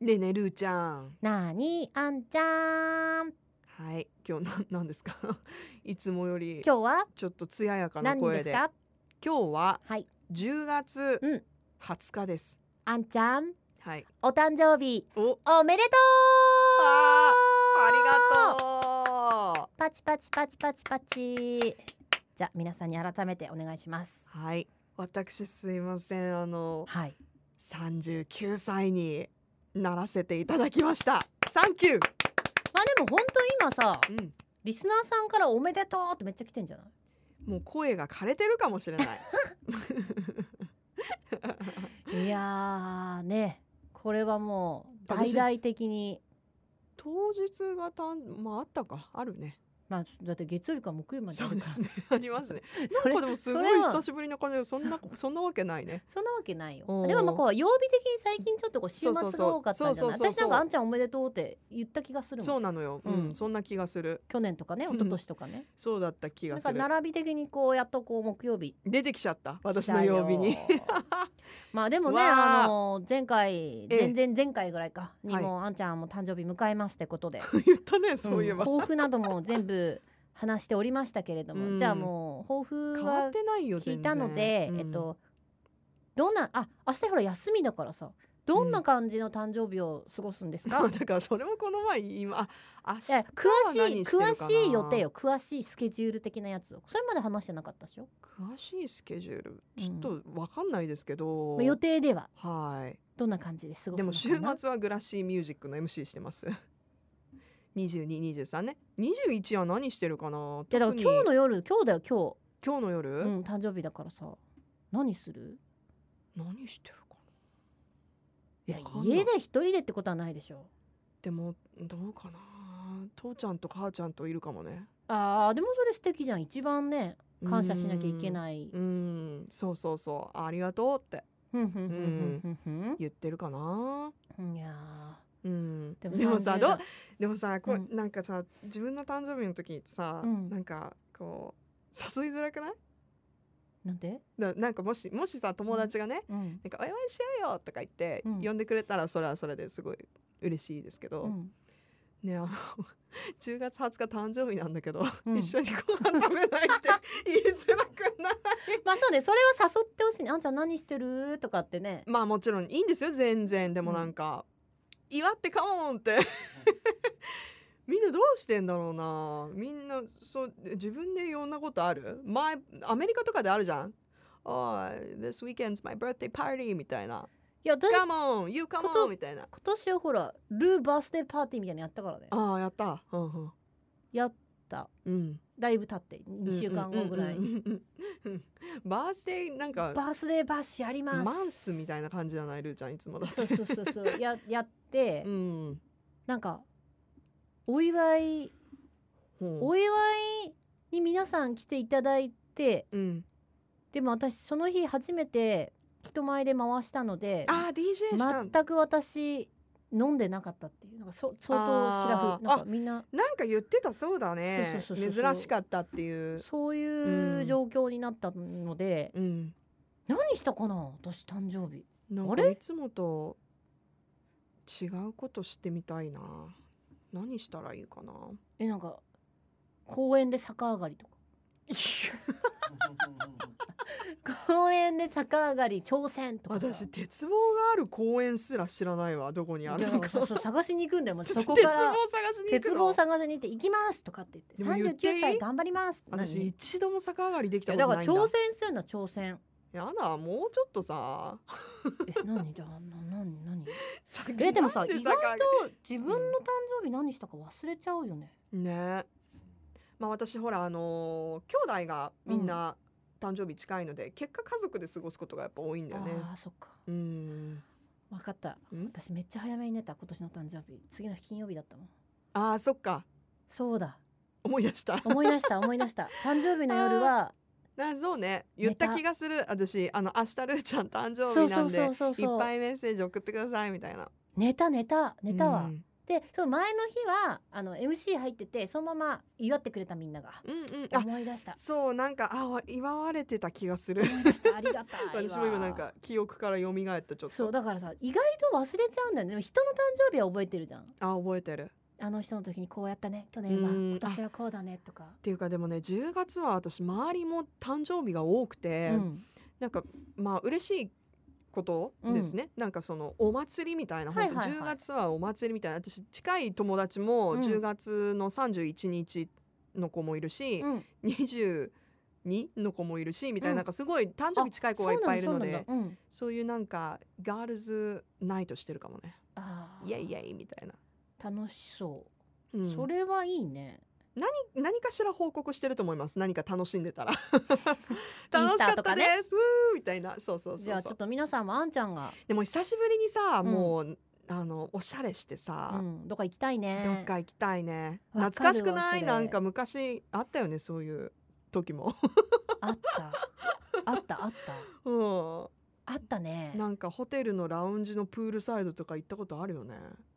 ねえねえルーちゃんなにあんちゃんはい今日な何ですか いつもより今日はちょっと艶やかな何声でですか今日ははい10月うん20日です、あんちゃんはいお誕生日おおめでとうあーありがとパチパチパチパチパチじゃあ皆さんに改めてお願いしますうはい私すいませんあのはい39歳にならせていただきましたサンキュー、まあでも本当今さうん、リスナーさんからおめでとうってめっちゃ来てんじゃないもう声が枯れてるかもしれ ないいやーねこれはもう大私々的に当日がたんまああったかあるねまあだって月曜日から木曜日までそあうるでかすね ありますね それなんかでもすごいそれは久しぶりの感じでそんなそんなわけないねそんなわけないよおーでもまあこう曜日的に最近ちょっとこう週末がそうそうそう多かったんじゃないそうそうそう私なんかあんちゃんおめでとうって言った気がするもそうんなのようん、うんそんな気がする去年とかね一昨年とかねそうだった気ながんすかる並び的にこうやっとこう木曜 日出てきちゃった私の曜日に 来たよまあでもねわああの前回ええ前々前回ぐらいかにもあんちゃんも誕生日迎えますってことで言ったね そういえば、ん抱負なども全部話しておりましたけれどうんもじゃあもう抱負変わはってないよ聞全い然たので、うんえっ とどんなあ明日ほら休みだからさどんな感じの誕生日を過ごすんですか、まあだからそれもこの前今あ明いや日詳しい何してるかな詳しい予定よ詳しいスケジュール的なやつをそれまで話してなかったでしょ、詳しいスケジュールちょっとわかんないですけど、まあ予定でははいどんな感じで過ごすのかなでも週末はグラッシーミュージックの MC してます。 二十二、二十三ね。二十一は何してるかな。いやだから特に今日の夜今日だよ今今日の夜、日、うん、誕生日だからさ何する何してるかな。いやわかんない家で一人でってことはないでしょでもどうかな。父ちゃんと母ちゃんといるかもね。あーでもそれ素敵じゃん一番ね感謝しなきゃいけい。ないうん、そうそうそう。ありがとうってふんふんふんふんふん言ってるかな。ふんいやうん、ーでもさ30ど代うでもさこう、うなんかさ自分の誕生日の時さ、うんなんかこう誘いづらくないなんで、ななんかもしもしさ友達がね、うんなんか「お祝いしようよ」とか言って、うん呼んでくれたらそれはそれですごい嬉しいですけど、うんねあの 10月20日誕生日なんだけど、うん一緒にご飯食べないって 言いづらくないまあそうねそれを誘ってほしいねあんちゃん何してるとかってねまあもちろんいいんですよ全然でもなんか「祝ってカモン!」って みんなどうしてんだろうなみんなそう自分でいろんなことある前アメリカとかであるじゃん「おい This weekend's my birthday party」みたいない「や私今 Come on! You come こと on!」みたいな。年はほらルーバースデーパーティーみたいなのやったからねああやった。うんうんやったうん、だいぶ経って2週間後ぐらいうんうんうんうんうんバースデーなんかバースデーバッシュやりますマンスみたいな感じじゃないルーちゃんいつもだってそうそうそうそ うややって、うんなんかお祝いほお祝いに皆さん来ていただいてううんでも私その日初めて人前で回したのであー DJ したん全く私飲んでなかったっていうなんかそ相当シラあフーなんかみんななんか言ってたそうだねそうそうそうそう珍しかったっていうそうういうん状況になったので、うん何したかな私誕生日なんあかれいつもと違うことしてみたいな何したらいいかなえなんか公園で逆上がりとか公園で逆上がり挑戦とかさ私鉄棒がある公園すら知らないわどこにあいるやなのんかかそうそう探しに行くんだよもう鉄そ 鉄棒こか探らしに行く鉄の棒探しに行って行きますとかってで言もって言三っ十ていい九歳頑張ります私何一度も逆上がりできたいやこだとかならいんだ挑戦するのは挑戦やだもうちょっとさえ何 じゃあな何何え えでもさ意外とと自分の誕生日何したか忘れちゃうよねねまあ私ほらあのー兄弟がみんな誕生日近いので、結果家族で過ごすことがやっぱ多いんだよねああそっかうん分かったん私めっちゃ早めに寝た今年の誕生日次の日金曜日だったもんあーそっかそうだ思い出した思い出した思い出した誕生日の夜はな そうね言った寝た気がする私あの明日ルーちゃん誕生そう日なそんうでそうそういっそぱういメッセージ送ってくださいみたいな寝た寝た寝たわ、うんでその前の日はあの MC 入っててそのまま祝ってくれたみんながうんうんあ思い出したそうなんかあ祝われてた気がす る思い出したありがたいわ私も今なんか記憶から蘇ったちょっそうとだからさ意外と忘れちゃうんだよねでも人の誕生日は覚えてるじゃんあ覚えてるっあの人の時にこうやったね去年はうん今年はこうだねとか、ていうかでもね10月は私周りも誕生日が多くて、うんなんかまあ嬉しいことですね、なんかそのお祭りみたいな本当、はいはいはい10月はお祭りみたいな私近い友達うもん10月の31日の子もいるし、うん22の子もいるしみたいな,、うんなんかすごい誕生日近い子がいっぱいいるのでそうそなんだそうなんだうんういうなんかガールズナイトしてるかもねあーイエイイエイみたいな、楽しそうう、んそれはいいね何かしら報告してると思います何か楽しんでた らター楽しかったとかでねす、ウーみたいなそうそうそうそうじゃあちょっと皆さんもあんちゃんが、でも久しぶりにさ、んもうあのおしゃれしてうさ、ん、どっか行きたいねどっか行きたいねわかるわ懐かしくないそれなんか昔あったよねそういう時も、 あったあったあったうあったねん、なんかホテルのラウンジのプールサイドとか行ったことあるよね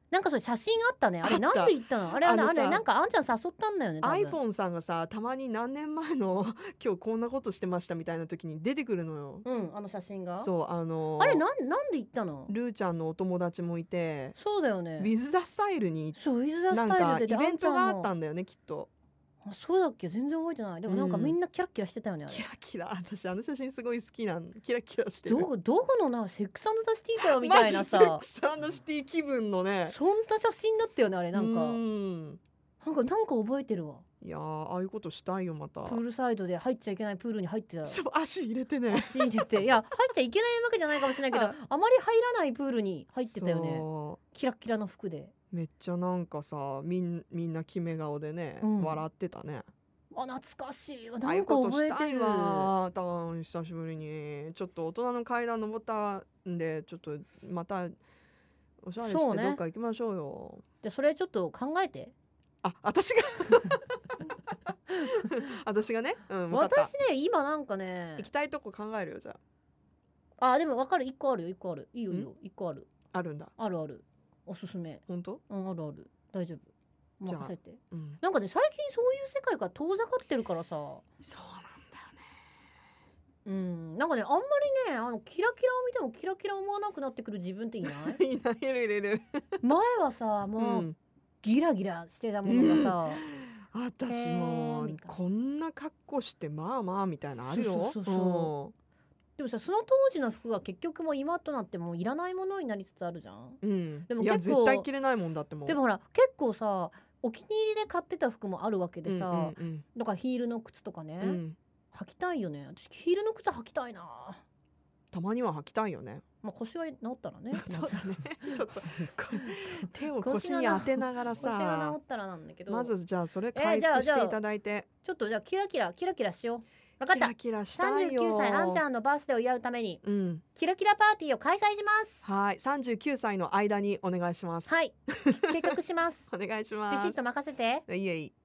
なんかそれ写真あったねあれあったなんで行ったのあれあれあのあされなんかあんちゃん誘ったんだよね多分 iPhone さんがさたまに何年前の 今日こんなことしてましたみたいな時に出てくるのようんあの写真がそうあのあれなんなんで行ったのルーちゃんのお友達もいて、そうだよウねィズ・ザ・スタイルに行っそうウィズ・ザ・なスんタかイルイででベントがああんちゃんもったんだよねきっとあそうだっけ全然覚えてないでもなんかうんみんなキラッキラしてたよね、あれキラキラ私あの写真すごい好きなのキラキラしてるどこどこのなセックスザ・シティかよみたいなさマジセックスアンドシティ気分のねそんな写真だったよねあれなんかうーんなんかなんか覚えてるわいやーああいうことしたいよまたプールサイドで入っちゃいけないプールに入ってたそう足入れてね足入れていや入っちゃいけないわけじゃないかもしれないけどああまり入らないプールに入ってたよねそうキラッキラの服でめっちゃなんかさみんみんな決め顔でね、うん笑ってたねあ懐かしいわあなあいんうかこと覚しえたているわたーん久しぶりにちょっと大人の階段登ったんでちょっとまたおしゃれそしうてねどっか行きましょうよじゃあそれちょっと考えてあ私が 私がねうん分かった私ね今なんかね行きたいとこ考えるよじゃあでも分かる一個あるよ一個あるいいよいいよ一個あるああるんだあるあるおすすめ本当うんあるある大丈夫じゃあ任せてうんなんかね最近そういう世界から遠ざかってるからさそうなんだよねうんなんかねあんまりねあのキラキラを見てもキラキラ思わなくなってくる自分っていない いないいるいるいる。前はさう、もうんギラギラしてたものがさ、私へーもみたいなこんな格好してまあまあみたいなのあるよ。そうそうそうそでもさその当時の服が結局もう今となってもういらないものになりつつあるじゃん。うん。でもいや結構絶対着れないもんだってもう。でもほら結構さお気に入りで買ってた服もあるわけでさ、うんだからヒールの靴とかね、うんうんうん履きたいよね私ヒールの靴履きたいなたまには履きたいよね。まあ腰は治ったらね そうだね。ちょっとこ手を 腰腰がにな当てながら腰がさ治っ。たらなんだけどまずじゃあそれえー回じゃあ復じゃしあていただいて、ちょっとじゃあキラキラキラキラしよう分かっキたラキラしたいよ。 39歳あんちゃんのバースデーを祝うためにうん、キラキラパーティーを開催しますはい、三十九歳の間にお願いします。はい計画しますお願いしまビす。シッと任せていえいえ。